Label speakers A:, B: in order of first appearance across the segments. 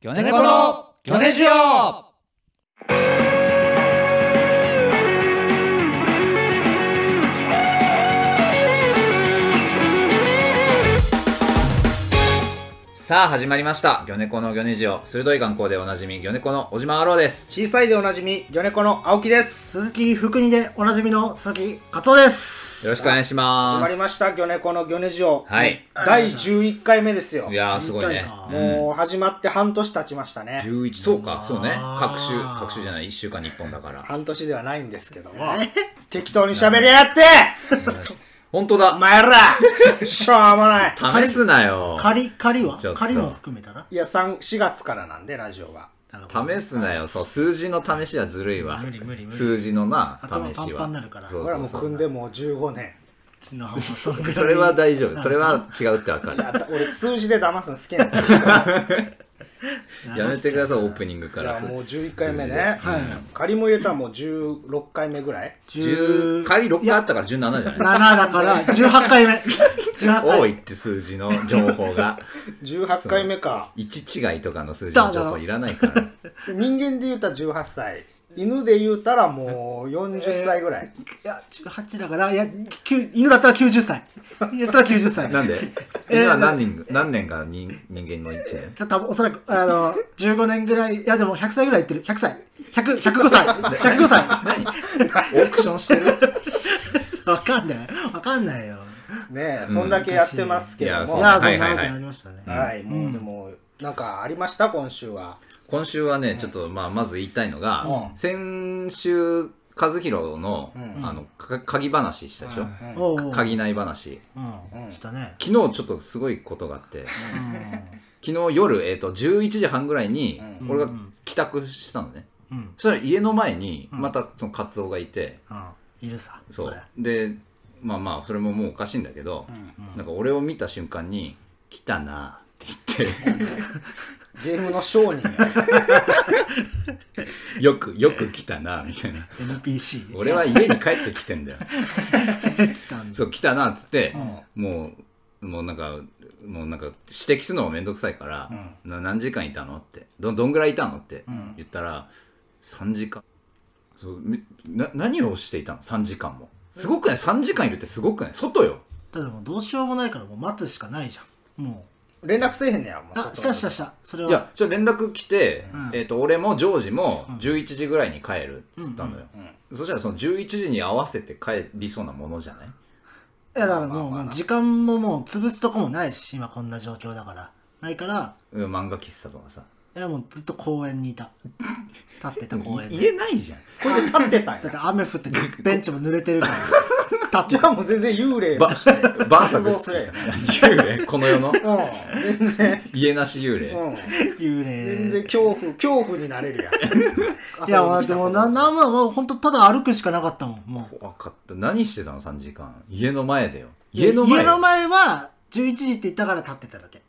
A: ギョネコのギョネジオさあ始まりました「ギョネコのギョネジオ」鋭い眼光でおなじみギョネコの小島アローです
B: 小さいでおなじみ、魚猫の青木です。
C: 鈴木福にでおなじみの佐々木勝夫です。
A: よろしくお願いします
B: 始まりました、魚猫の魚ネジオ。
A: はい
B: 第11回目ですよ。
A: いやーすごいね
C: 11回か
B: もう始まって半年経ちましたね。
A: 11そうかそうね
C: あー
A: 各週各週じゃない1週間に1本だから
B: 半年ではないんですけども。適当に喋りやがって
A: 本当
B: お
A: だ
B: 前らしょうもない
A: 試すなよ
C: 仮、仮は
A: ちょっと
C: 仮も含めたら
B: いや、3、4月からなんで、ラジオが。
A: 試すなよそう数字の試しはずるいわ
C: 無理無理無理
A: 数字のな試しは
C: 頭パンパンになるから
A: そう
B: 俺
A: そ
B: ら
A: う
B: もう
A: そう
B: 組んでもう15年。
C: 昨日もそんぐらい
A: それは大丈夫それは違うってわか る
B: あた俺、数字で騙すの好き なんですよ。
A: やめてくださいオープニングか
B: い
A: ら
B: や、もう11回目
A: 数字
B: ね
A: で。
B: はい仮も入れたらもう16回目ぐらい。
A: 10仮6回あったから17じゃ ない
C: 7だから18回目。18回
A: 多
C: 目。
A: いって数字の情報が
B: 18回目か。
A: 1違いとかの数字の情報いらないから
B: 人間で言うたら18歳犬で言うたらもう40歳ぐらい、
C: いや、18だから、いや、9犬だったら90歳。やったら90歳。
A: なんで
C: えー
A: 今何人何年が人人間の1年
C: た多分おそらく、あの、15年ぐらい、いやでも100歳ぐらいいってる。100歳。100、105歳。105歳。
A: 何 オークションしてる
C: わかんない。わかんないよ。
B: ねえ
A: ん
B: そんだけやってますけど
A: そう
B: も、
C: い
A: ね
C: や、
A: は
C: そう
A: いはいはい
C: 長くなりましたね。
B: はいもうでもなんかありました今週は
A: 今週はね、ちょっとまあまず言いたいのが、
B: う
A: 先週和弘の,、あのか鍵話したでしょ、
C: おうおう
A: 鍵ない話
C: うん。したね。
A: 昨日ちょっとすごいことがあって、昨日夜、えー、と11時半ぐらいに俺が帰宅したのね、
C: うん。
A: そしたら家の前にまたそのカツオがいて、
C: うん。いるさ。
A: そ
C: そうれ。
A: でまあまあそれももうおかしいんだけど、なんか俺を見た瞬間に「来たな」って言っ
B: ゲームの商人や
A: てよくよく来たなみたいな
C: NPC。
A: 俺は家に帰ってきてんだよ
C: 来たんだ。
A: そう来たなっつって、もうもうなんかもうなんか指摘するのもめんどくさいから、な何時間いたのってどどんぐらいいたのって言ったら、3時間そうみな何をしていたの3時間もすごくない3時間いるってすごくない外よ
C: ただもうどうしようもないからもう待つしかないじゃん。も
B: 連絡せえへんねやもう
C: う。あ、したしたした。それ
A: いや
C: は。
A: ちょ連絡来て、
C: うん
A: えー、と俺もジョージも11時ぐらいに帰るっつったのよ、
B: うんうん
A: そしたらその11時に合わせて帰りそうなものじゃない
C: いや、だからもう
B: まあまあ
C: もう時間ももう潰すとこもないし、今こんな状況だから。ないから、
A: うん漫画喫茶とかさ
C: いやもうずっと公園にいた。立ってた公園
A: い
C: で。
A: 言えないじゃん
B: これで立ってた
C: だ
B: ん
C: っ
B: や
C: て雨降ってベンチも濡れてるから。
B: じ
C: 立って
B: ゃあもう全然幽霊
A: バ
B: として
A: バーサク
B: 活動
A: っ
B: す
A: つ
B: れ
A: 幽霊この世の
B: うん全然
A: 家なし幽霊、
B: うん
C: 幽
B: 全
C: 霊。
B: 然恐怖恐怖になれるやん
C: いや、
B: 遊
C: まあ
B: びに来
C: で
B: た
C: もな、なんももう本当ただ歩くしかなかったもん。もう。
A: 分かった何してたの3時間家の前だよ家の前
C: 家の前は11時って言ったから立ってただけ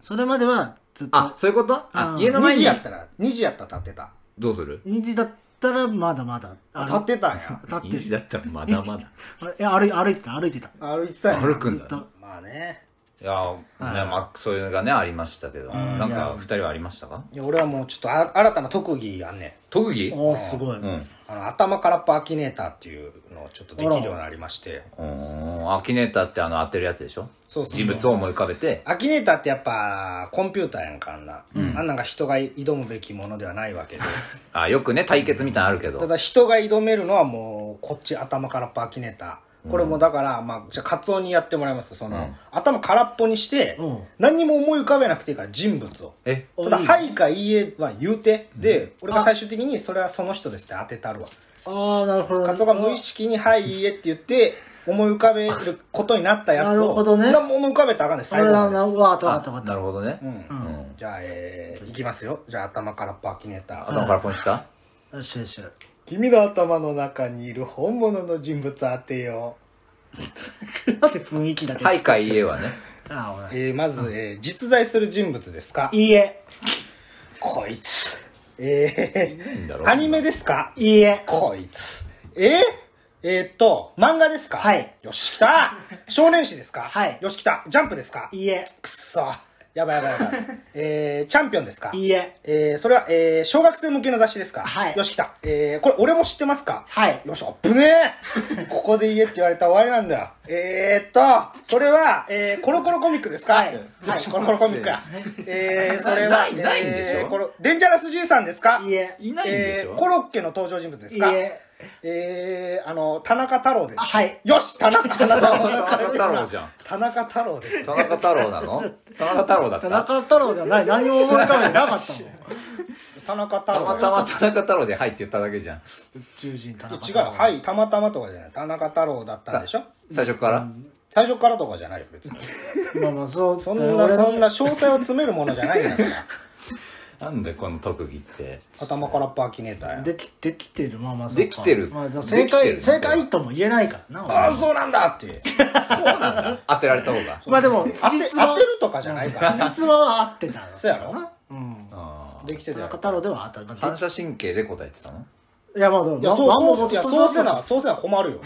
C: それまではずっと
A: あそういうことあ
C: うん
A: 家の
B: 2
A: 前
B: 時
A: に
B: やったら2時やったら立ってた
A: どうする
C: 2時だったらまだまだあ
B: 立ってたんや
C: 立っ
A: 2
C: て
A: 時だったらまだまだ
C: あえ歩い歩いてた歩いてた
B: 歩いてたんや
A: 歩くん
C: ず
A: だ
C: っと
B: まあね
A: いやーねまあそういうのがねありましたけどなん
B: い
A: か
B: や
A: 2人はありましたか
B: いや俺はもうちょっとあ新たな特技やんねん
A: 特技
C: おーすごい、
A: うん
B: あの頭空っぽアキネーターっていうのをちょっとできるようになりまして
A: うーんアキネーターってあの当てるやつでしょ
B: そうそうそう
A: 自物を思い浮かべて
B: アキネーターってやっぱコンピューターやんかあんな、あんなんが人が挑むべきものではないわけで
A: あよくね対決みたいなのあるけ
B: た
A: ど
B: だ人が挑めるのはもうこっち頭空っぽアキネーターこれもだから、まあ、じゃあカツオにやってもらいますその、頭空っぽにして、
C: うん
B: 何にも思い浮かべなくていいから人物を
A: え
B: ただ「
C: おいい
B: はい」か「いいえ」は言うてで、俺が最終的にそれはその人ですって当てたるわ
C: ああなるほど
B: カツオが無意識に「はいいいえ」って言って思い浮かべることになったやつを
C: なるほどね
B: 何も思い浮かべたらあかんねん
C: あれ
B: 最後
C: だ
B: まで
C: なうわかったわか
A: あ
C: った
A: なるほどね
B: うん
A: うん
B: じゃあえー、いきますよじゃあ頭からパキネーター
A: 頭からポンした
C: よしよしよし
B: 君の頭の中にいる本物の人物当てよ
C: だって雰囲気だけ
A: はいかいいえはね
C: あー
B: う、
C: 俺
B: えー、まず、えー、実在する人物ですか
C: いいえ
B: こいつえ
A: いいんだろ
B: ー、アニメですか
C: いいえ
B: こいつえー、えー、っと漫画ですか
C: はい
B: よしきた少年誌ですか
C: はい
B: よしきたジャンプですか
C: いいえ
B: くっそやばいやばいやばい。えー、チャンピオンですか
C: いいえ。
B: えー、それは、えー、小学生向けの雑誌ですか
C: はい
B: よし、来た。えー、これ俺も知ってますか
C: はい
B: よし、あっぶねえここで言えって言われたら終わりなんだよ。えーっと、それは、えー、コロコロコミックですか
C: はい
B: よし、コロコロコミックや。えー、それは、
A: ないないんでしょ
B: えーコロデンジャラス爺さんですか
C: いいえ。
A: いないんでし
B: え
A: ょ
B: ーコロッケの登場人物ですか
C: いいえ
B: えー、あの、田中太郎です。
C: あはい
B: よし、田中太郎。
A: 田中太郎じゃん
B: 田中太郎です。
A: 田中太郎なの 田中太郎だっ
C: 田
A: た
C: 中太郎ではない。何も思い浮かべてなかったもん。
B: 田中太
A: た
B: 郎。
A: またま田中太郎で「はい」って言っただけじゃん
C: 宇宙人田中
B: 違
C: 太
B: う
C: 郎
B: よはいたまたまとかじゃない田中太郎だったんでしょ
A: 最初から
B: 最初からとかじゃないよ別に
C: まあまあ、そう。
B: そんな
C: 俺の
B: そんな詳細を詰めるものじゃない んだから
A: なんでこの特技って
B: 頭からっぱアキネーターや
C: できできてるまあまあそうか
A: できてる
C: まあ、
A: で
C: 正
A: きてる
C: 解正解とも言えないからな俺
B: ああそうなんだっ ていう
A: そうなんだ当てられた方が
C: まあでも
B: 当て
C: 辻褄
B: 当
C: は
B: てるとかじゃないから
C: 辻褄は合ってた
B: そうやろ
C: うん
A: あ
B: できて
C: 田
B: たよ
C: 中太郎ではあった、まあ、
A: 反射神経で答えてたの
C: いやまあでも
B: いやそう
C: まあまあ
B: そういやそうせなそうせな困るよ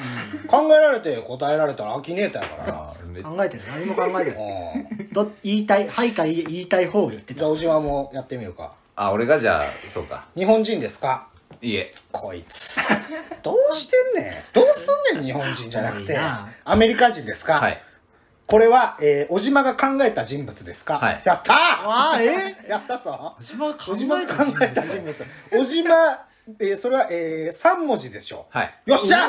B: 考えられて答えられたらアキネーターやからな
A: あーめ
C: 考えてる何も考えてない
B: うん
C: ど言いたいはいか言い言いたい方を言って
B: じ
C: た
B: ゃあ小島もやってみるか
A: あ俺がじゃあそうか
B: 日本人ですか
A: いいえ
B: こい つどうしてんねんどうすんねん日本人じゃなく
C: いい
B: て
C: な
B: アメリカ人ですか
A: はい
B: これは、えー、小島が考えた人物ですか、
A: はい
B: やったー
C: ああえ
B: やったぞ
C: 小島考
B: 小島が考えた人物小島、えー、それは、えー、3文字でしょう、
A: はい
B: よっしゃ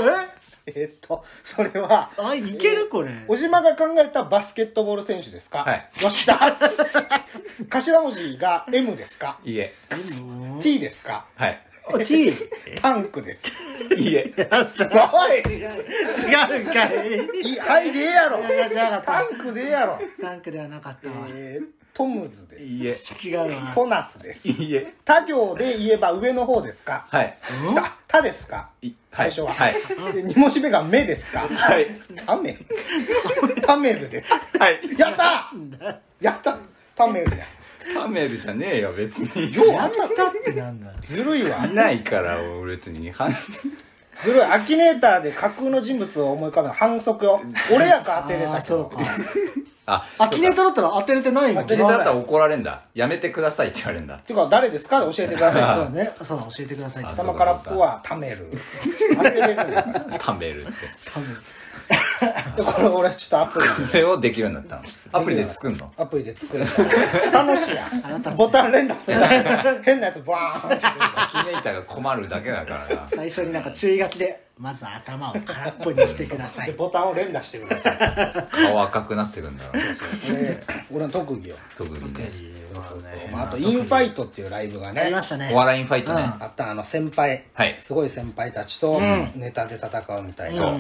C: え
B: えーっとそれは
C: あいけるこれ
B: 小島が考えたバスケットボール選手ですか、
A: はい
B: よっしゃ 頭文字が M ですか
A: いいえ
B: T ですか
A: はい
C: T 違
B: タンク です
A: いいえ
B: おい
C: うんかい
B: いはいでえやろ
C: いやいやじゃなか
B: タ
C: っ
B: ンクでえやろ、
C: たタンクではなかったわ
B: えー、トムズです
A: いいえ
C: 違うわ
B: トナスです
A: いいえ
B: 他行で言えば上の方ですか
A: はい
B: 来た「た」ですか
A: い
B: 最初は、
A: はい
B: で二文字目が「目」ですか
A: はい
B: タメルタメルです
A: はい
B: やったやったタメルだ
A: タメルじゃねえよ別に
B: ようあったった
C: ってなんだ
B: ずるいわ
A: いないから俺別に反
B: ずるいアキネーターで架空の人物を思い浮かべる反則よ俺やか当てれ
C: あ
B: た
C: あ
B: けど
C: そうか
A: あ
C: アキネーターだったら当てれてないもん
A: 聞
B: 当て
A: い
B: れ
A: たら怒られんだやめてくださいって言われんだ
B: ていうか誰ですか教えてください
C: そうねそう教えてください
A: あ
B: 頭からっぽはタメル当てれるんだから
A: タメルって
C: 多分
B: でこれ俺ちょっとアプリで
A: これをできるようになったのアプリで作んの
B: アプリで作るから楽しいや
C: あなた
B: ボタン連打するから変なやつバーンって
A: アキネーターが困るだけだからな
C: 最初になんか注意書きでまず頭を空っぽにしてくださ
B: で
C: い
B: ボタンを連打してください
A: 顔赤くなってくんだろ
B: 俺俺の特技よ、
A: 特にね
B: まあ、あとインファイトっていうライブがね
C: やりましたね
A: お笑いファイトね
B: あったあの先輩、
A: はい
B: すごい先輩たちとネタで戦うみたいな、
A: そう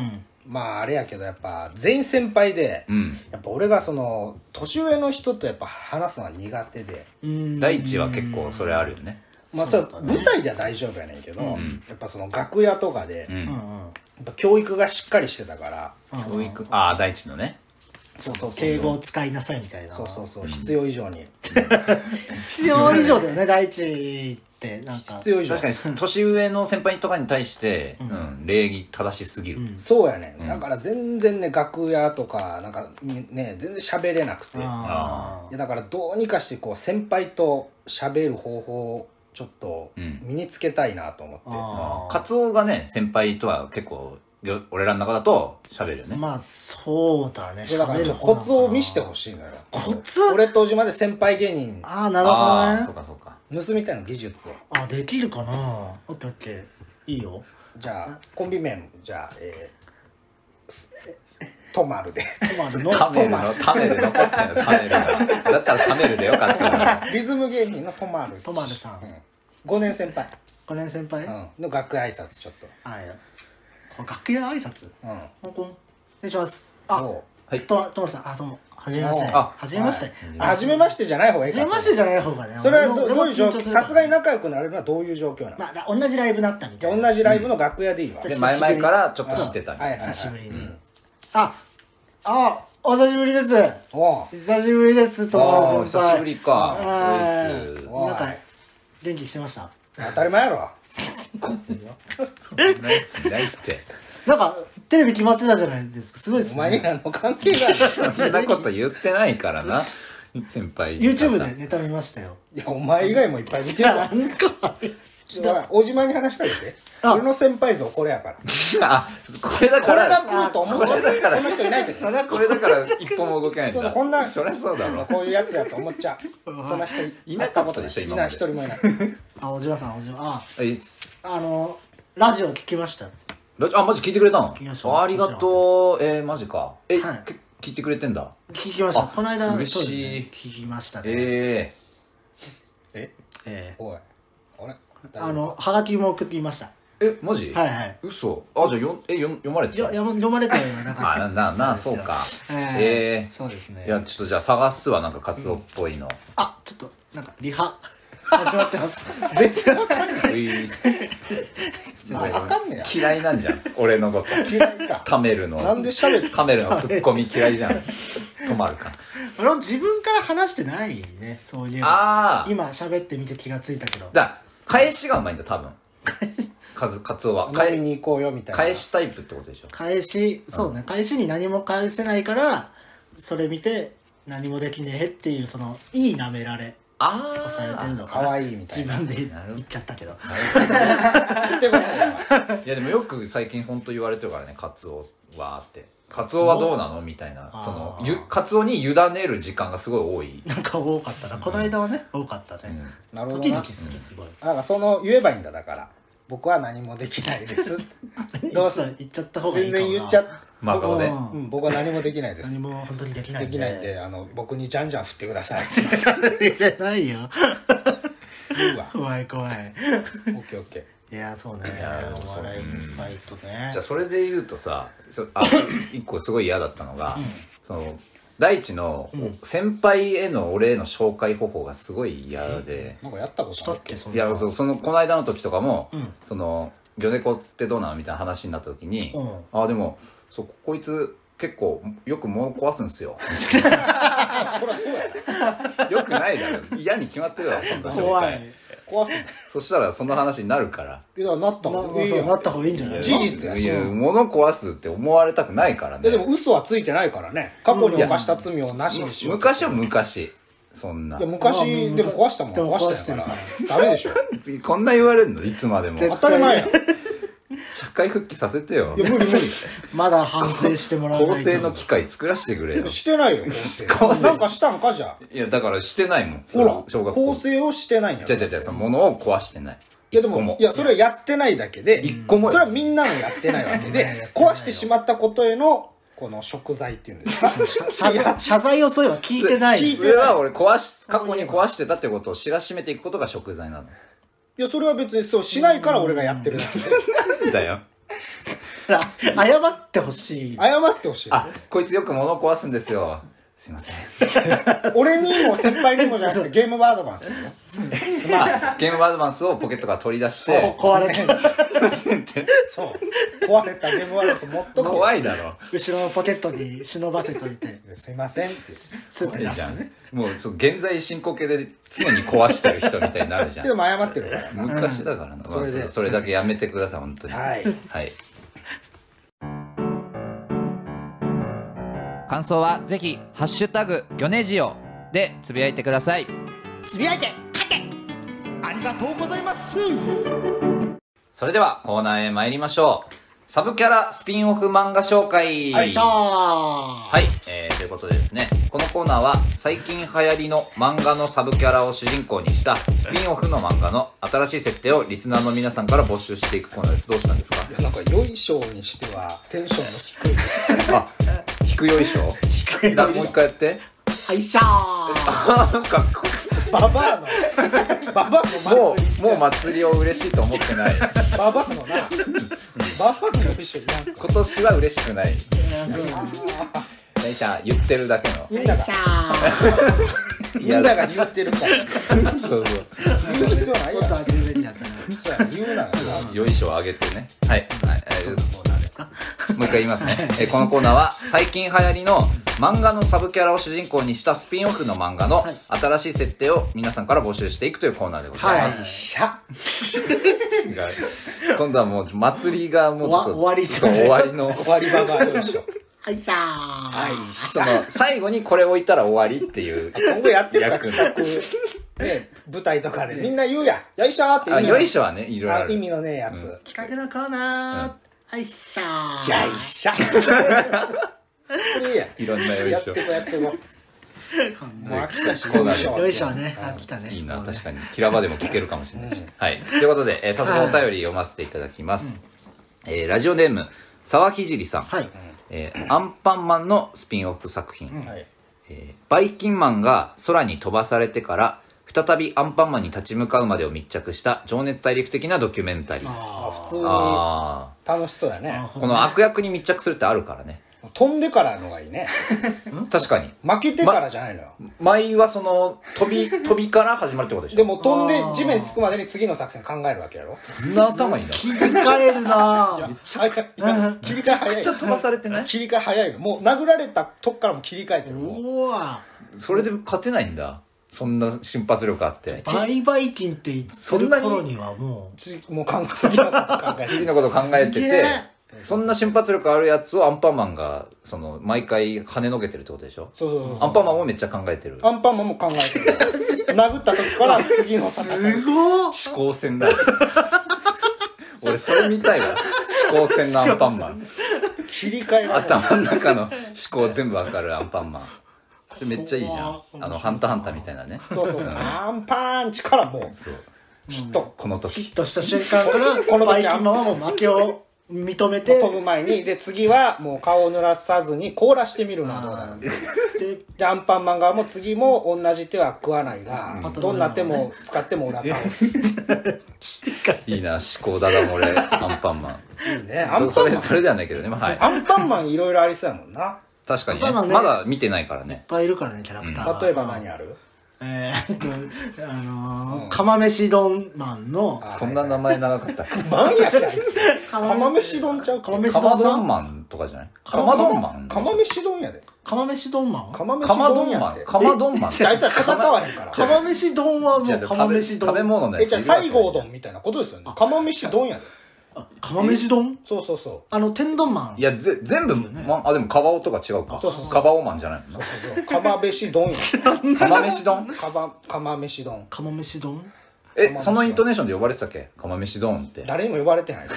B: まああれやけどやっぱ全員先輩で、
A: うん
B: やっぱ俺がその年上の人とやっぱ話すのは苦手で、
C: うん
A: 第一は結構それあるよね
B: まあ、それは舞台では大丈夫やねんけど、やっぱその楽屋とかで、
A: う
B: や
C: うんん
B: っぱ教育がしっかりしてたから、
A: 教育ああ第一のね
B: そうそうそう
C: 敬語を使いなさいみたいな
B: そうそうそう必要以上に
C: 必要以上だよね第一ってなんか
B: 必要以上
A: 確かに年上の先輩とかに対してうん礼儀正しすぎる
B: そうやね、だから全然ね楽屋とかなんかね全然喋れなくていや
C: あ
B: だからどうにかしてこう先輩と喋る方法をちょっと身につけたいなと思って、
C: ーあ
A: カツオがね先輩とは結構よ俺らの中だと喋るよ
C: ー
A: ね
C: まあそうだね
B: そうだからちょっとコツを見してほしいのよ
C: コツ
B: 俺と小島で先輩芸人
C: ああなる
A: ああそ
C: ほ
A: う
C: どね
A: かそうか
B: 盗みたいな技術を
C: あできるかなオッケーオッケーいい よ
B: じゃあコンビ名じゃあえーすト マルで
C: 止まるの
A: タメ
C: 止
A: ル
C: まる
A: のタメル残った よタメルがだったらタメルでよかったよ
B: リズム芸人のトマル
C: トマルさん
B: うん、5年先輩、
C: 5年先輩
B: うん、の楽屋挨拶ちょっと
C: あいやこれ楽屋挨拶
B: うん
C: 香港失礼しますあ
B: どう
A: はい
C: ともともさんあどうもはじめまして
A: あ
C: はじめまして
B: あ初めましてじゃない方がいい
C: はじ
B: か
C: めましてじゃない方がね
B: それはど
C: 俺も
B: どういう状
C: 俺も緊張
B: 況
C: するから
B: さすがに仲良くなれるのはどういう状況なの、
C: まあら同じライブだったみたい
B: で
C: な
B: 同じライブの楽屋でいいわ、
C: うん
A: で前々からちょっと知ってたみ
B: は
A: た
B: いはいい
A: な
B: は
C: 久
B: い
C: しぶりにああお久しぶりです
B: おう
C: 久しぶりですと
A: あ
C: も
A: ー
C: る
A: 久しぶりか
C: は
A: そう
C: い
A: です
C: なんか元気してました
B: 当たり前やろ
A: そんなやついないって
C: なんかテレビ決まってたじゃないですかすごいで
B: お
C: す
B: 前に
C: ね
B: 何の関係がある
A: そんなこと言ってないからな先輩
C: YouTube でネタ見ましたよ。
B: いや、お前以外もいっぱい見てるわ。
C: なんか、
B: だから、おじまに話しかけて。
C: あ
B: 俺の先輩像、これやから。
A: あこれだ
B: こ
A: か
B: れが
A: ら
B: 来ると思っちゃう。
A: これだから
B: この人いないけ ど。
A: これだから一歩も動けないん
B: そう
A: だ
B: そうこんな
A: そりゃそうだろ
B: こういうやつやと思っちゃう。そんな人
A: いなかったでしょ
B: い
A: 今
B: な
A: ま
B: い
A: で
B: 一人もいない。
C: あ、おじまさん、おじま、あ、
A: はいいいっす
C: あの、ラジオ聞きました。
A: ラジあマジ聞いてくれたの
C: きました
A: ありがとうえー、マジかえ、
C: はい
A: け聞いてくれてんだ
C: 聞きました。
A: あ
C: この間、
A: 嬉しい
C: そうですね聞きましたね。
A: え
B: え
C: ええ
B: おい。あれ
C: あ、の、はがきも送ってきました。
A: ー、えマジ
C: はいはい。
A: 嘘あじゃあよえよ読まれて
C: よ
A: た
C: 読ま読まれたようなか
A: あなななそうか
C: ええ
A: えー
C: そうですね
A: いやちょっとじゃあ探すわなんかカツオっぽいの、
C: あちょっとなんかリハ始まって ます
A: 全然わかんないういっす
B: まあわかんねえや
A: 嫌いなんじゃん俺のこと
B: 嫌いか。
A: カメルの
B: なんで喋って
A: カメルのツッコミ嫌いじゃん止まるか
C: 俺も自分から話してないねそういう
A: ああ
C: 今喋ってみて気がついたけど
A: だ返しがうまいんだ多分カズカツオは
B: 飲み
A: 返
B: に行こうよみたいな。
A: 返しタイプってことでしょ
C: 返しそうね返しに何も返せないからそれ見て何もできねえっていうそのいい舐められ
A: あ
C: をされてる
A: あ
C: のかな
B: 可愛いみたいな
C: 自分で
A: なるほど
C: 言っちゃったけど
B: 言ってますよ
A: いやでもよく最近本当言われてるからねカツオはってカツオはどうなのみたいな
C: あー
A: そのゆカツオに委ねる時間がすごい
C: なんか多かったなこの間はね多かった
A: 多い、
C: ね
B: なるほ
C: 時
B: どな
C: 々。するすごい
B: だから、その、言えばいいんだ、だから。僕は何もできないです。 どうする
C: 言っちゃった方がいい
B: 全
C: かも
B: 然
C: な
B: 言っちゃっ
A: 真顔で
C: うん
B: うん、僕は何もできないです
C: 何。も本当にできない
B: できない んで、あの、僕にじゃんじゃん振ってくだ さい。
C: できないよ
B: 言うわ。
C: 怖い怖い
B: オッケーオッケ
C: いやそうね
A: や
C: お笑いのサイトね
A: じゃあそれで言うとさそあ一個すごい嫌だったのが、その大地の先輩への俺への紹介方法がすごい嫌で
B: ー。、なんかやったこ
C: し
B: と
C: た
B: ある
C: っ
B: っけ
C: けそん
A: い
C: な
A: やそうそのこの間の時とかも、
C: うん
A: その魚猫ってどうなのみたいな話になった時に、
C: うん
A: あでもそうここいつ結構よく物壊すんすよ
B: あ、そりゃそうや。
A: よくないだろ嫌に決まってるだろそんな紹
C: 怖い
A: 介
B: 壊すんだ
A: そしたらそんな話になるから
B: いや、なった
C: な
B: もん。いい
C: そう
B: よ
C: なった方がいいんじゃない
B: 事実やし
A: いや物壊すって思われたくないから
B: え
A: ね
B: でも嘘はついてないからね過去に犯した罪をなしにしよう
A: 昔は昔そんない
B: や昔でも壊したもん
C: でも
B: 壊
C: 壊
B: し
C: してて
B: る
C: る
B: か
C: から
B: らダメでしょ
A: こんな言われるのいつまでも
C: 絶
B: 当
C: 対
B: たり前やんい
A: 社会復帰させてよ
B: や無理無
C: まだ反省してもらわ
A: 構
C: ないと
A: 成の機会作らせてくれよ
B: 理 し てないよ
A: 構成
B: なんかしたんかじゃあ
A: いやだからしてないもんそ
B: ほ
A: れ
B: ら
A: は小学
B: 構
A: 校
B: 成をしてないんや
A: じゃあじゃあじゃあその物を壊してない
B: いやで
A: 一個
B: もいやそれはやってないだけで
A: 一個も
B: それはみんなのやってないわ けで壊してしまったことへのこの贖罪っていうんですか
C: 謝罪謝罪をそういえば聞いてない
B: 聞い
A: そ
B: て
A: れは俺壊し過去に壊してたってことを知らしめていくことが食材なの
B: いやそれは別にそうしないから俺がやってるだ けで
A: だよ
C: 謝ってほしい
B: 謝ってほしい
A: あこいつよく物壊すんですよすいません
B: 俺にも先輩にもじゃなく てゲームバードマンですよ
A: まあゲームアドバンスをポケットから取り出し
C: こ
A: て
C: 壊れてる
B: そう。壊れたゲームワールド持っとく。
A: 怖いだろ
C: 後ろのポケットに忍ばせといて
B: すいませんって。
C: スッて
A: いい
C: 出
A: じゃ
C: して
A: んもうそう現在進行形で常に壊してる人みたいになるじゃ
B: で
A: ん
B: も謝ってるから。
A: 昔だからな、まあ
B: それで
A: そそれだけやめてください本当に
B: はい
A: はい 感想はぜひハッシュタグギョネジオ」でつぶやいてください
C: つぶやいて勝てありがとうございます
A: それではコーナーへ参りましょうサブキャラスピンオフ漫画紹介
C: はいじゃあ
A: はい、えーということでですね、このコーナーは最近流行りの漫画のサブキャラを主人公にしたスピンオフの漫画の新しい設定をリスナーの皆さんから募集していくコーナーです。どうしたんですか
B: なんか、よいしょにしては、テンションの低い。
A: あ、引くよいしょ
B: 低い
A: だもう一回やって。
C: はいしゃー
A: あーかっこ
B: ババアの、ババアの
A: も
B: 祭
A: う、もう祭りを嬉しいと思って ない。
B: り、ババアのな、ババアのよいしょなんか、
A: 今年は嬉しくない。大ちゃん、言ってるだけの。
B: みんなが
C: し、ゃ
B: みんなが言ってるから、
A: そうそう。
B: 言う必要な
C: ー
B: い
C: も
B: や
C: っと
B: ろ
C: あげるべきだったな
B: そうや言うなよ。
A: よいしょをあげてね。はい。はい、えー
C: コーナーですか
A: もう一回言いますね。えーこのコーナーは最近流行りの漫画のサブキャラを主人公にしたスピンオフの漫画の
C: はい
A: 新しい設定を皆さんから募集していくというコーナーでござい
C: は
A: ま
C: い
A: す。
B: しゃ。
A: 違う今度はもう祭りがもうちょっと
C: わ終わりそう
A: 終わりの
B: 終わりババアよいしょ。
C: はいしゃー
A: はい、その最後にこれ置いたら終わりっていう
B: 今後やってるから
A: 役
B: 企画ね舞台とかでみんな言うやんよいしょーって
A: あ
B: 意味の
A: よいしょはねいろいろあ
B: あ意
A: る
B: 味のねえやつ、
A: う
C: 企画のコーナーはいしゃー
B: よいしょーそ れいいやん
A: いろんなよい
B: やって
A: し
B: こやってこも
C: こん
B: う
C: な
B: 飽きたし
A: コーナーで
B: は
C: よいしょはね飽きた
A: ょ
C: ね
A: いいな
C: もうね
A: 確かにキラバでも聞けるかもしれないし、はいということで、えー早速お便り読ませていただきます、えーラジオネーム沢ひじりさん、
C: はい
A: えーアンパンマンのスピンオフ作品、
B: はい
A: えーバイキンマンが空に飛ばされてから再びアンパンマンに立ち向かうまでを密着した情熱大陸的なドキュメンタリー
B: あ
C: あ
B: 普通に
A: あ
B: 楽しそうやね
C: あ
A: あこの悪役に密着するってあるからね
B: 飛んでからのがいいね
A: 確かに
B: 負けてからじゃないのよ、
A: 舞はその飛び飛びから始まるってことでしょ
B: でも飛んで
C: あー
B: 地面につくまでに次の作戦考えるわけやろ
A: そんな頭いいな
C: 切り替えるなぁ
B: あいやいや切り替え早い
A: 飛ばされてな
B: 切り替え早いのもう殴られたとこからも切り替えてるもう
C: うわ
A: それで勝てないんだそんな瞬発力あって
C: 売買金って言ってる頃にはもう
B: ちもう考え次のこと考 え
A: 次
B: て
A: のこと考えて
C: すげ
A: て
C: え
A: そんな瞬発力あるやつをアンパンマンがその毎回跳ねのけてるってことでしょ
B: そうそうそう
A: アンパンマンもめっちゃ考えてる
B: アンパンマンも考えてる殴った時から次の戦い
C: すごい
A: 思考戦だ 俺それ見たいわ思考戦のアンパンマン
B: 切り替えが
A: 頭の中の思考全部わかるアンパンマンそれめっちゃいいじゃん
C: 怖っ
A: あの「ハンターハンター」みたいなね
B: そうそうそうアンパンチからもう
A: そう
B: きっと
A: この
C: ヒッ
A: 時
C: トした瞬間から
B: この時
C: バイキンマンはもう負けを認めて
B: 飛ぶ前にで次はもう顔を濡らさずに凍らしてみるのはどうだろう
C: で
B: でアンパンマン側も次も同じ手は食わないが、
C: うん
B: どんな手も使っても俺は倒す、
A: いいな思考だだ漏れアンパンマン
B: いいねア
A: そ
B: ン
A: そ
B: パン
A: れ
B: マン
A: それではないけどねまあはい
B: アンパンマンいろいろありそうやもんな
A: 確かに
C: ア
A: ね
C: ンパンマンね
A: まだ見てないからね
C: いっぱいいるからねキャラクターが
B: 例えば何ある
C: えーっとあのー
B: うん
C: 釜飯丼マンの
B: あ
A: そんな名前長かったっけ
B: 何やったん釜飯丼ちゃう
C: 釜飯
A: カマ
C: 丼さ
A: ドン
C: ん
A: マンとかじゃないカマドンマン
B: 釜飯丼やで
C: 釜飯丼マン
B: 釜飯
A: カマド
B: 丼
A: ンマ
B: やで
A: ンカマドンマン
B: あいつは戦わへんから
C: 釜飯丼はもう釜飯
A: 食べ
C: 丼
A: 物のや
B: え
A: つ
B: じゃあ西郷丼みたいなことですよね釜飯丼やで
C: あ釜飯丼
B: そうそうそ
C: あの天丼マン
A: いやぜ全部、まあでもカバオとか違うか
B: そうそうそう
A: カバオマンじゃない もんな
B: うそうそう釜飯丼や
A: 釜飯丼
B: 釜釜飯丼
C: 釜飯丼
A: えそのイントネーションで呼ばれてたっけ釜飯丼ってだ
B: 誰にも呼ばれてない
C: 悲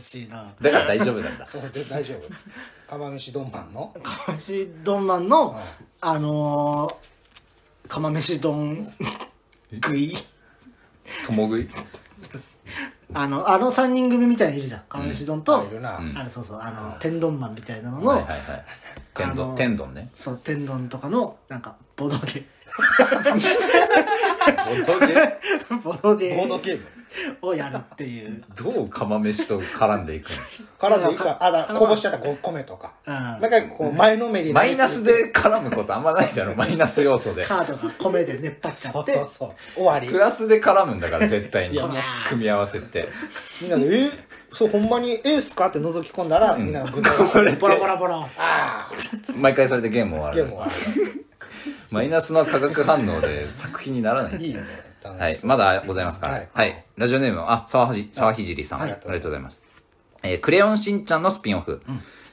C: しいな
A: から大丈夫なんだ
B: そうで大丈夫釜飯丼パンの
C: 釜飯丼マンのあのー釜飯丼食い
A: 共食い
C: あのあの3人組みたいにいるじゃん釜飯丼と、
B: いるな、
A: うん
C: あのそうそうあの天丼マンみたいなのの、
A: はいはいはい天
C: あの
A: 丼天丼ね
C: そう天丼とかのなんかボドゲ ボドゲ
B: ボードゲーム
C: をやるっていう、
A: どう釜飯と絡んでいく
B: からでいいかあだこぼしちゃった5個目とか
C: うん、
B: なんかこう前のめり
A: の
B: に
A: マイナスで絡むことあんまないだろマイナス要素で
C: カードが米で熱っ張っちゃ
B: そう
C: って
B: そうそう終わり
A: プラスで絡むんだから絶対
B: い
A: に
B: やもう
A: 組み合わせって
B: みんなで「えそうほんまにエースか?」って覗き込んだら、みんなの具材
A: これ
B: が
A: で
C: ボロボロボロ
B: あー
A: 毎回それでゲーム終わ
B: ゲーム終
A: る
B: わ
A: マイナスの化学反応で作品にならない
B: りいいね楽
A: はい
B: し、そう
A: まだございますから。
B: は
A: はいい。ラジオネームは、あ、沢はじ、沢ひじりさん、
B: はい
A: ありがとうございます。えークレヨンしんちゃんのスピンオフ。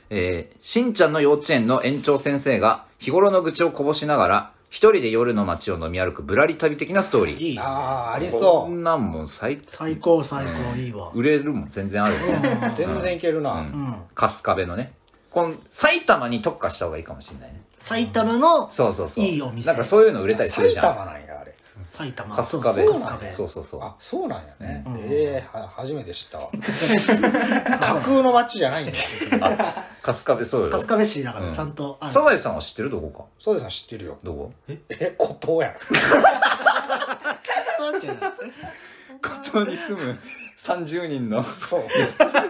A: えーしんちゃんの幼稚園の園長先生が、日頃の愚痴をこぼしながら、一人で夜の街を飲み歩くぶらり旅的なストーリー。
C: いい
B: あーあり
A: こ
B: そうん
A: なんもん最、
C: 最高最高、いいわ
A: 売れるもん全然あるよ ね。
B: 全然いけるな、
C: うん
A: 春日部のね。この、埼玉に特化した方がいいかもしれないね。
C: 埼玉の
A: そうそうそう。
C: いいお店
A: なんかそういうの売れたりする
B: 埼
A: じゃん。
B: 玉なんやあれ
C: 埼玉
A: 春
C: そ
A: 日
C: う
A: 部。
C: そう春日部
A: そうそうそう。
B: あそうなんやね、ええは初めて知ったわ架
C: 春
B: 空の街じゃないんや
A: あ春日部、そうよ。
C: 日部市だから
A: うん
C: ちゃんと ある、
A: サザエさんは知ってるどこか。
B: そうです知ってるよ
A: どこ
B: え孤島や
A: 孤島に住む30人の
B: そう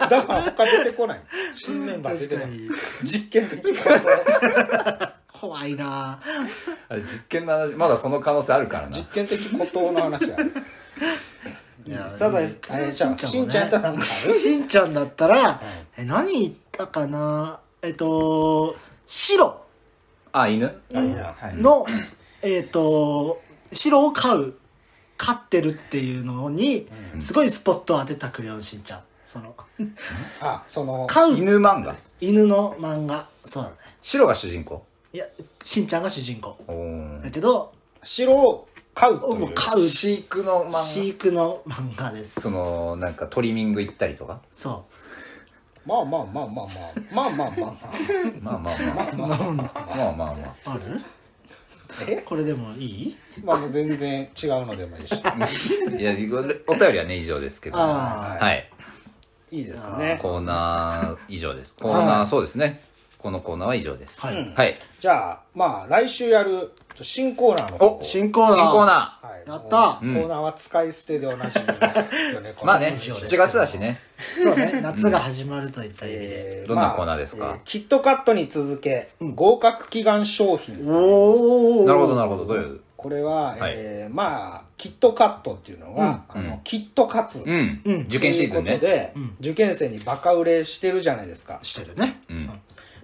B: だから他出てこない新メンバー出
C: 確か
B: てこない
C: に
B: 実験的孤島
C: 怖いな
A: あれ実験の話まだその可能性あるからな
B: 実験的孤島の話や
C: いや
B: サザエあれじゃんしんちゃんとなんかある
C: しんちゃんだったら、え何言ったかなえっと白
A: あ犬
B: はいはい
C: の、えっ、と白を飼う飼ってるっていうのにすごいスポットを当てたクレヨンしんちゃんその
B: あその
C: 飼う
A: 犬漫画
C: 犬の漫画そうだね
A: 白が主人公
C: いやしんちゃんが主人公
A: お
C: だ
A: ー
C: けど
B: 白を飼うとい
C: も
B: う
C: う飼う
A: 飼育の漫
C: 飼
A: 画
C: 育の漫画です
A: そのなんかトリミング行ったりとか
C: そ
B: まあまあまあまあまあまあまあまあ
A: まあまあまあ
C: うなんだ
A: まあまあまあ
C: あるこれでもいい
B: まあまあ全然違うのでもいいし
A: いやこれお便りはね以上ですけど
C: あ
B: ー
A: はい
B: いいですね
A: コーナー以上ですコーナ
C: は
A: ーそうですねこのコーナーは以上です
C: はい
A: はい
B: じゃあまあ来週やる新コーナーの方
A: お
C: 新コーナー
A: 新コーナ
B: はい
C: やった
B: もうコーナーは使い捨てでおなじみのよね
A: ーまあね
C: 以上です
A: 7月だしね
C: そうね夏が始まるといった意味で、
B: え
A: どんなコーナーですか
B: まあえキットカットに続け合格祈願商品
C: おお
A: なるほどなるほどどういう
B: これは、
A: はい
B: えーまあキットカットっていうのは、
A: うん
B: あ
A: うん
B: のキットカツ、
A: う
B: というん
C: うん
A: 受験シーズン
B: こと
A: ね
B: で、受験生にバカ売れしてるじゃないですか、
C: してるね
A: うん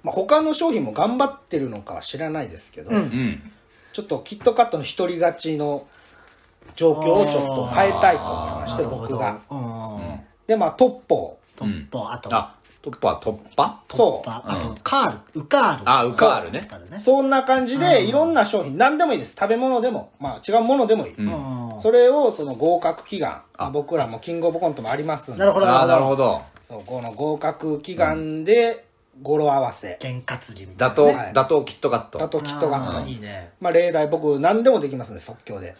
B: まあ、他の商品も頑張ってるのかは知らないですけど、
C: うん
A: うん
B: ちょっとキットカットの独り勝ちの状況をちょっと変えたいと思いま
A: あ
B: し
C: な
B: て
C: るほ
B: 僕
C: ど
B: が
C: うん
B: でまあトッポ
C: トッポあと
A: あ突破は突破
B: ー
C: ト
B: そ
C: ッ
B: う
C: パあとカールウカール
A: あウカールね
C: そうウカールね
B: そんな感じでいろんな商品何でもいいです食べ物でも、まあ、違うものでもいい、
A: ん
C: うん
B: それをその合格祈願
A: あ
B: 僕らもキングオブコントもありますんで
C: なるほど
A: ああなるほど
B: そうこの合格祈願で語呂合わせ、
C: 験担ぎみたい
A: 打
C: な
A: 倒
B: はい
A: 打倒キットカッ
B: だ
A: ト
B: ときっとが
C: あーいいね
B: まあ例題僕何でもできますんで即興で、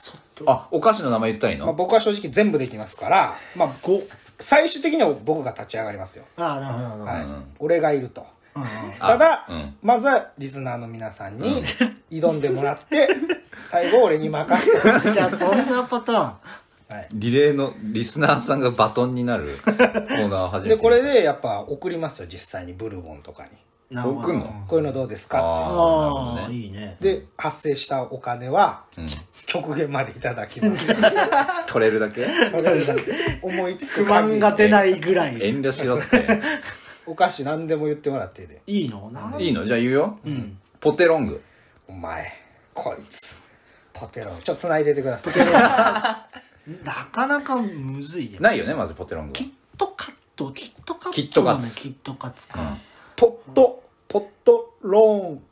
A: あお菓子の名前言ったらいい
B: まあ、
A: の
B: 僕は正直全部できますから、まあ、
C: ご
B: 最終的には僕が立ち上がりますよ、
C: ああなるほどなるほど
B: はい
A: ん
B: 俺がいると
C: うんうん
B: ただ、
A: うん
B: まずはリスナーの皆さんに挑んでもら って、最後俺に任せて、
C: じゃあそんなパタ ーン
B: はい、
A: リレーのリスナーさんがバトンになるコーナーを始め
B: で
A: て
B: これでやっぱ送りますよ実際にブルボンとかに
C: なるほど
A: 送んの
B: こういうのどうですか
A: あーなる
C: あ
A: ほ
C: あ
A: どね
C: いいね
B: ってで発生したお金は、
A: うん
B: 極限までいただ きます
A: 取れるだけ
B: とりあえず思いつ
C: 不
B: く
C: 満
B: 限
C: が
B: り
C: 出ないぐらい
A: 遠慮しろって
B: お菓子何でも言ってもらっていいで
C: いいのなん
A: いいのじゃあ言うよ、ポテロング
B: お前こいつポテロちょっと繋いでてください
C: なかなかむずいよ
A: ないよねまずポテロング
C: キットカットキットカット
A: キットカツ
C: だねキットカツか
B: ポットポットローン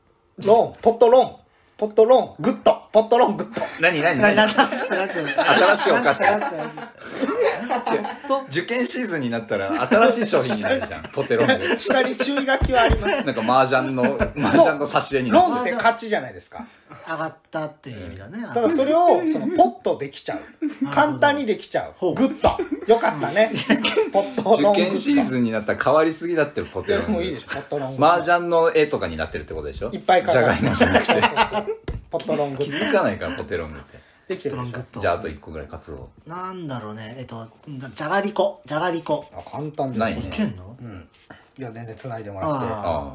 B: ローンポットローンポットローングッドポットローングッド
A: 何何
C: なな
A: 何
C: なんつうのなんつうの
A: 新しいお菓子
C: なんつうのなんつうの
A: 受験シーズンになったら新しい商品になるじゃんポテロン グ
B: 下に注意書きはあります
A: なんか麻雀の麻雀の差し絵にな
B: ロ
A: る
B: ーンって勝ちじゃないですか
C: 上がったっていう意味だね
B: ただそれをそのポットできちゃう簡単にできちゃうグッドよかったねポットローン
A: 受験シーズンになったら変わりすぎだってポ
B: い
A: テ
B: や
A: ロン
B: もういい
A: グ
B: でしょポットローングッド
A: 麻雀の絵とかになってるってことでしょ
B: いっぱい
A: じゃ
B: か
A: が
B: か
A: いもじゃなくて
B: ポットローング
A: 気
B: ッ
A: づかないからポテロングって
B: ドできて
C: ト
B: る
C: ロ
B: で
C: ングッ
B: しょ
C: ド
A: じゃああと1個ぐらいカツオ
C: なんだろうねえっとじゃがりこじゃがりこ
B: あ簡単じゃない
A: ない
C: い
A: ね
C: けんの
B: うんいや全然繋いでもらって
C: あ
A: ああ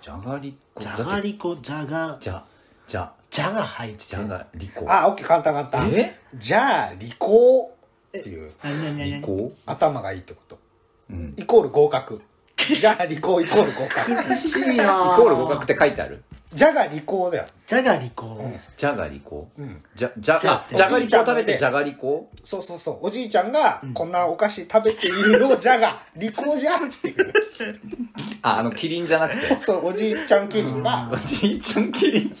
A: じゃがりこ
C: じゃがりこじゃが
A: じゃじゃ
C: じゃが入って
A: じゃがりこ
B: あ、オッケー、簡単簡単。
A: え
B: じゃあ、履行っていう、
C: 何何何
A: り
C: 何
A: こ
B: 頭がいいってこと。
A: うん
B: イコール合格。じゃあ、履行イコール合格。
C: 嬉しいな
A: イコール合格って書いてある
B: じゃが履行だよ。
C: じゃがりこ
A: じゃがりこ
B: ん
A: じゃじゃ
C: じゃ
A: あじゃがりこ食べ
B: おじいちゃんで
A: てじゃがりこ
B: そうそうそう。おじいちゃんが、こんなお菓子食べているのを、じゃが、履行じゃんっていう。
A: ああのキリンじゃなくて
B: そう、おじいちゃんキリンが
A: お、じいちゃんキリン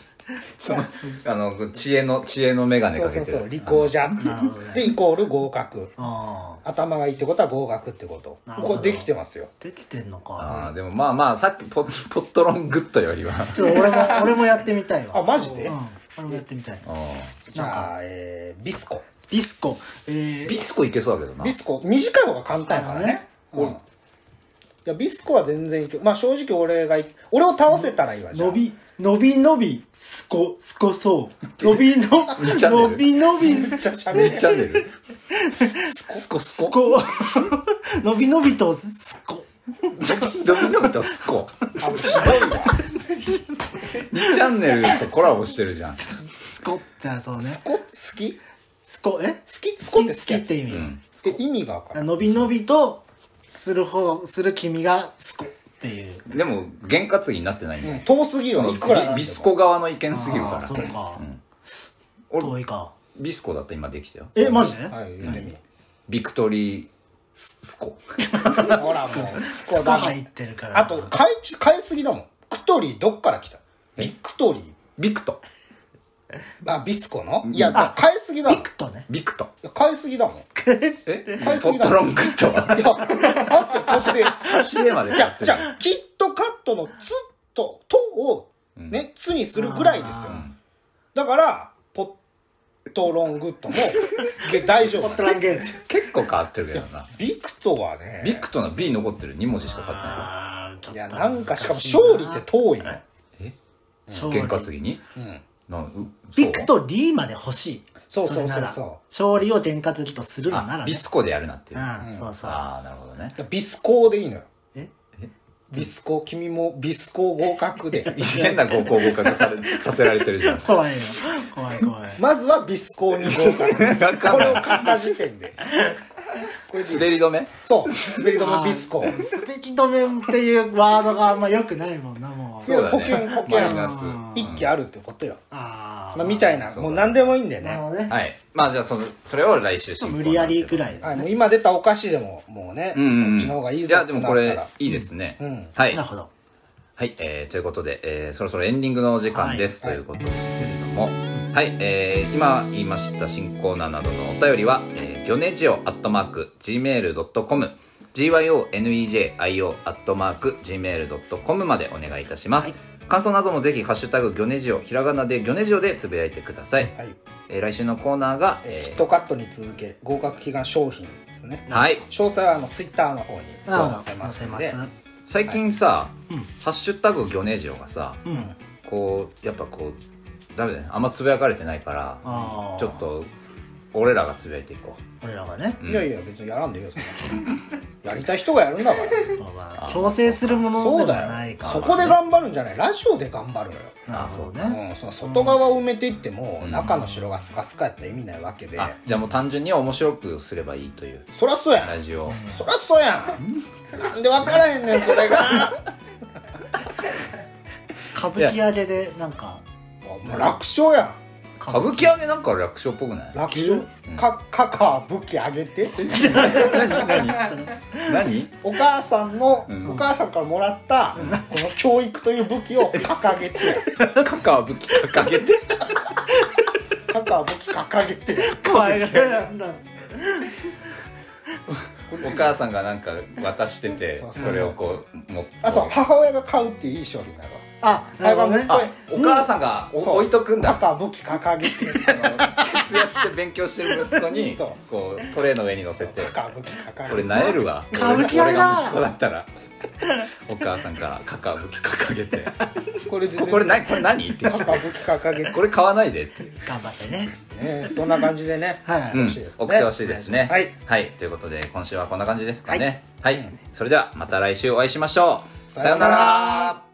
A: そのあの知恵の知恵の眼鏡
B: そう
A: かけ
B: そう
A: て
B: そう、
A: る
B: 履行じゃん
C: なるほどね。
B: で、イコール合格。
C: ああ
B: 頭がいいってことは合格ってこと。
C: なるほ
B: こ
C: ど
B: れできてますよ。
C: できてんのか
A: ああでもまあまあさっきポポットロングッドよりは
C: ちょっと俺も俺もやってみたいわ
B: あマジで
C: うん俺もやってみたい
A: ああ
B: じゃあ、えー、ビスコ。
C: ビスコえ
A: ビ
C: ー
A: スコいけそうだけどな
B: ビスコ、短い方が簡単やからね。うん。いや、ビスコは全然いけまあ正直俺がい、俺を倒せたらいいわ、じゃあ
C: のびのびのびすこすこそうのびの
A: チャンネル
C: のびのび
B: めっちゃ喋
A: め
B: る
A: っ。ちゃ出るスコス
C: す
A: コ
C: こ のびのびとすこ
A: ドミノとスコ
B: あのひどいわ。
A: 2チャンネルとコラボしてるじゃん
C: すこってそうね
B: スコ、好き
C: す
B: 好
C: こえ
B: きスコって好き
C: 好きって意味、
A: ん
B: え意味がわかる。
C: のびのびとする方する君がすこっていう
A: でも験担ぎになってないんだよ
B: うん遠すぎる
A: そ
B: わ、
A: の
B: いくらなんで
A: ビ
B: も
A: ビスコ側の意見すぎる
C: あ
A: か
C: あそう
A: ら
C: か、
A: 俺
C: 遠いか
A: ビスコだったら今できたよ
C: えマジで、
B: はい、言ってみ。
A: ビクトリーすす こ。
B: ほらもうスコ
C: スコ
B: だ
C: 入ってるから
B: あと買いち買いすぎだもんクトリーどっから来たビクトリ
A: ビクト。
B: ーあビスコのいや
C: あ
B: 買いすぎだも
C: ビ
B: ん
C: クトね
A: ビクト。
B: 買いすぎだもんい
A: え
B: 買いす
A: ポ
B: ぎ
A: ッ
B: だ
A: トロングットは。
B: やあってだって
A: 差し入れまで
B: い
A: 買っ
B: や
A: てる
B: じゃあキットカットの「つ」と「と」をね「つ」にするぐらいですよ
C: あ
B: だからポットロングットもで大丈
C: ポット
B: 夫
C: ランゲート
A: 結構変わってるけどな。
B: ビクトはね
A: ビクトの B 残ってる2文字しか買ってない
C: あーちょっ
B: い
C: と
B: やなんかしかも勝利って遠いね
C: 勝利
A: 喧嘩次に
B: うん
A: なんうそう
C: ビクとリーまで欲しい
B: そうそうそうそう
C: れなら勝利を転活とするのな
A: あ
C: らね
A: ビスコでやるなっていう。あ
C: うんそうそう
A: あー、なるほどね。
B: ビスコでいいのよ
C: え
B: ビスコ君もビスコ合格で
A: 変な高校合格されさせられてるじゃん。
C: 怖いよ怖い 怖い
B: まずはビスコに合 格
A: わか
B: こ
A: ん
B: れを
A: ない
B: 買った時点でこれでいい
A: 滑り止め
B: そう滑り止めビスコ
C: あースペキ止めっていうワードがあんま良くないもんなもう
B: そう保険保険
A: マイナス。
B: 一気あるってことよ
C: あー
B: まあみたいな
A: そうだね
B: もう何でもいいんだよ
C: なる
B: ね
C: ほどね
A: はい。まあじゃあその、それを来週進行
C: 無理やりくらい
B: はいもう今出たお菓子でももうね
A: うんうんうん。
B: こっちの方がいいぞ
A: いや、でもこ
B: って
A: れ
B: なったら、
A: いいですね。
B: うん
A: は
C: ないる。ほど
A: はい、えー、ということで、えー、そろそろエンディングのお時間です、
B: はい
A: ということですけれども、はい、えー、今言いました新コーナーなどのお便りは、えー、ギョネジオアットマーク、gmail.com、gyonejio アットマーク、gmail.com までお願いいたしま
C: は
A: す。
C: い
A: 感想などもぜひ、ハッシュタグ、ギョネジオ、ひらがなでギョネジオでつぶやいてください。
B: はい
A: えー、来週のコーナーが、
B: えーキッ
A: え
B: トカットに続け合格祈願商品ですね
A: ー、はい、
B: 詳細はあのツイッターの方に
C: なるほど
B: 載せますんで
C: 載せます
A: 最近さ、
C: うん
A: ハッシュタグ、ギョネジオがさ、
C: うん
A: こう、やっぱこう、ダメだね。あんまつぶやかれてないから、
C: あー
A: ちょっと俺らがつぶやいていこ
C: 俺らがね
A: う、うん
B: いやいや別にやらんでいいよそんなやりたい人がやるんだから
C: まあ強制するも
B: そ
C: の
B: う
C: ではな
B: だ
C: い
B: よ
C: か
B: そこで頑張るんじゃないラジオで頑張るのよ
C: なるほど
A: あ
C: ね
B: うん、その外側を埋めていっても、中の城がスカスカやったら意味ないわけで、
A: あじゃあもう単純に面白くすればいいという
B: そりゃそうや
A: ラ
B: ん
A: ジオ
B: そりゃそうやんなんで分からへんねんそれが
C: 歌舞伎揚げでなんか
B: もう楽勝やん
A: 歌舞伎揚げなんか楽勝っぽくない
B: 楽勝かかか武器あげて
A: 何何
B: お母さんの、
A: ん
B: お母さんからもらった、この教育という武器を掲げて
A: 何カカ武器掲げて
B: かか武器掲げて
C: 怖いなんだ
A: お母さんがなんか渡してて
B: そうそうそ
A: そうれをこう持って
B: あそう母親が買うっていういい商品なの
C: あなるほどね
A: あお母さんがお
B: そう
A: 置いとくん
B: か
A: だ
B: か武器掲げ て
A: 徹夜して勉強してる息子に
B: そう
A: こうトレーの上に乗せて
B: かか武器掲げて
A: これなえるわ
C: 歌舞伎揚げだ
A: 俺が息子だったらお母さんからカカ武器掲げて
B: これ全然
A: これ何これ何って
B: かか武器掲げて
A: これ買わないでって、
C: 頑張ってね
B: ねそんな感じでね
C: はい、
A: うん、
B: しいですね
A: 送ってほしいですね
B: はい、
A: ということで今週はこんな感じですかねはい、それではまた来週お会いしましょうさような
B: さような
A: ら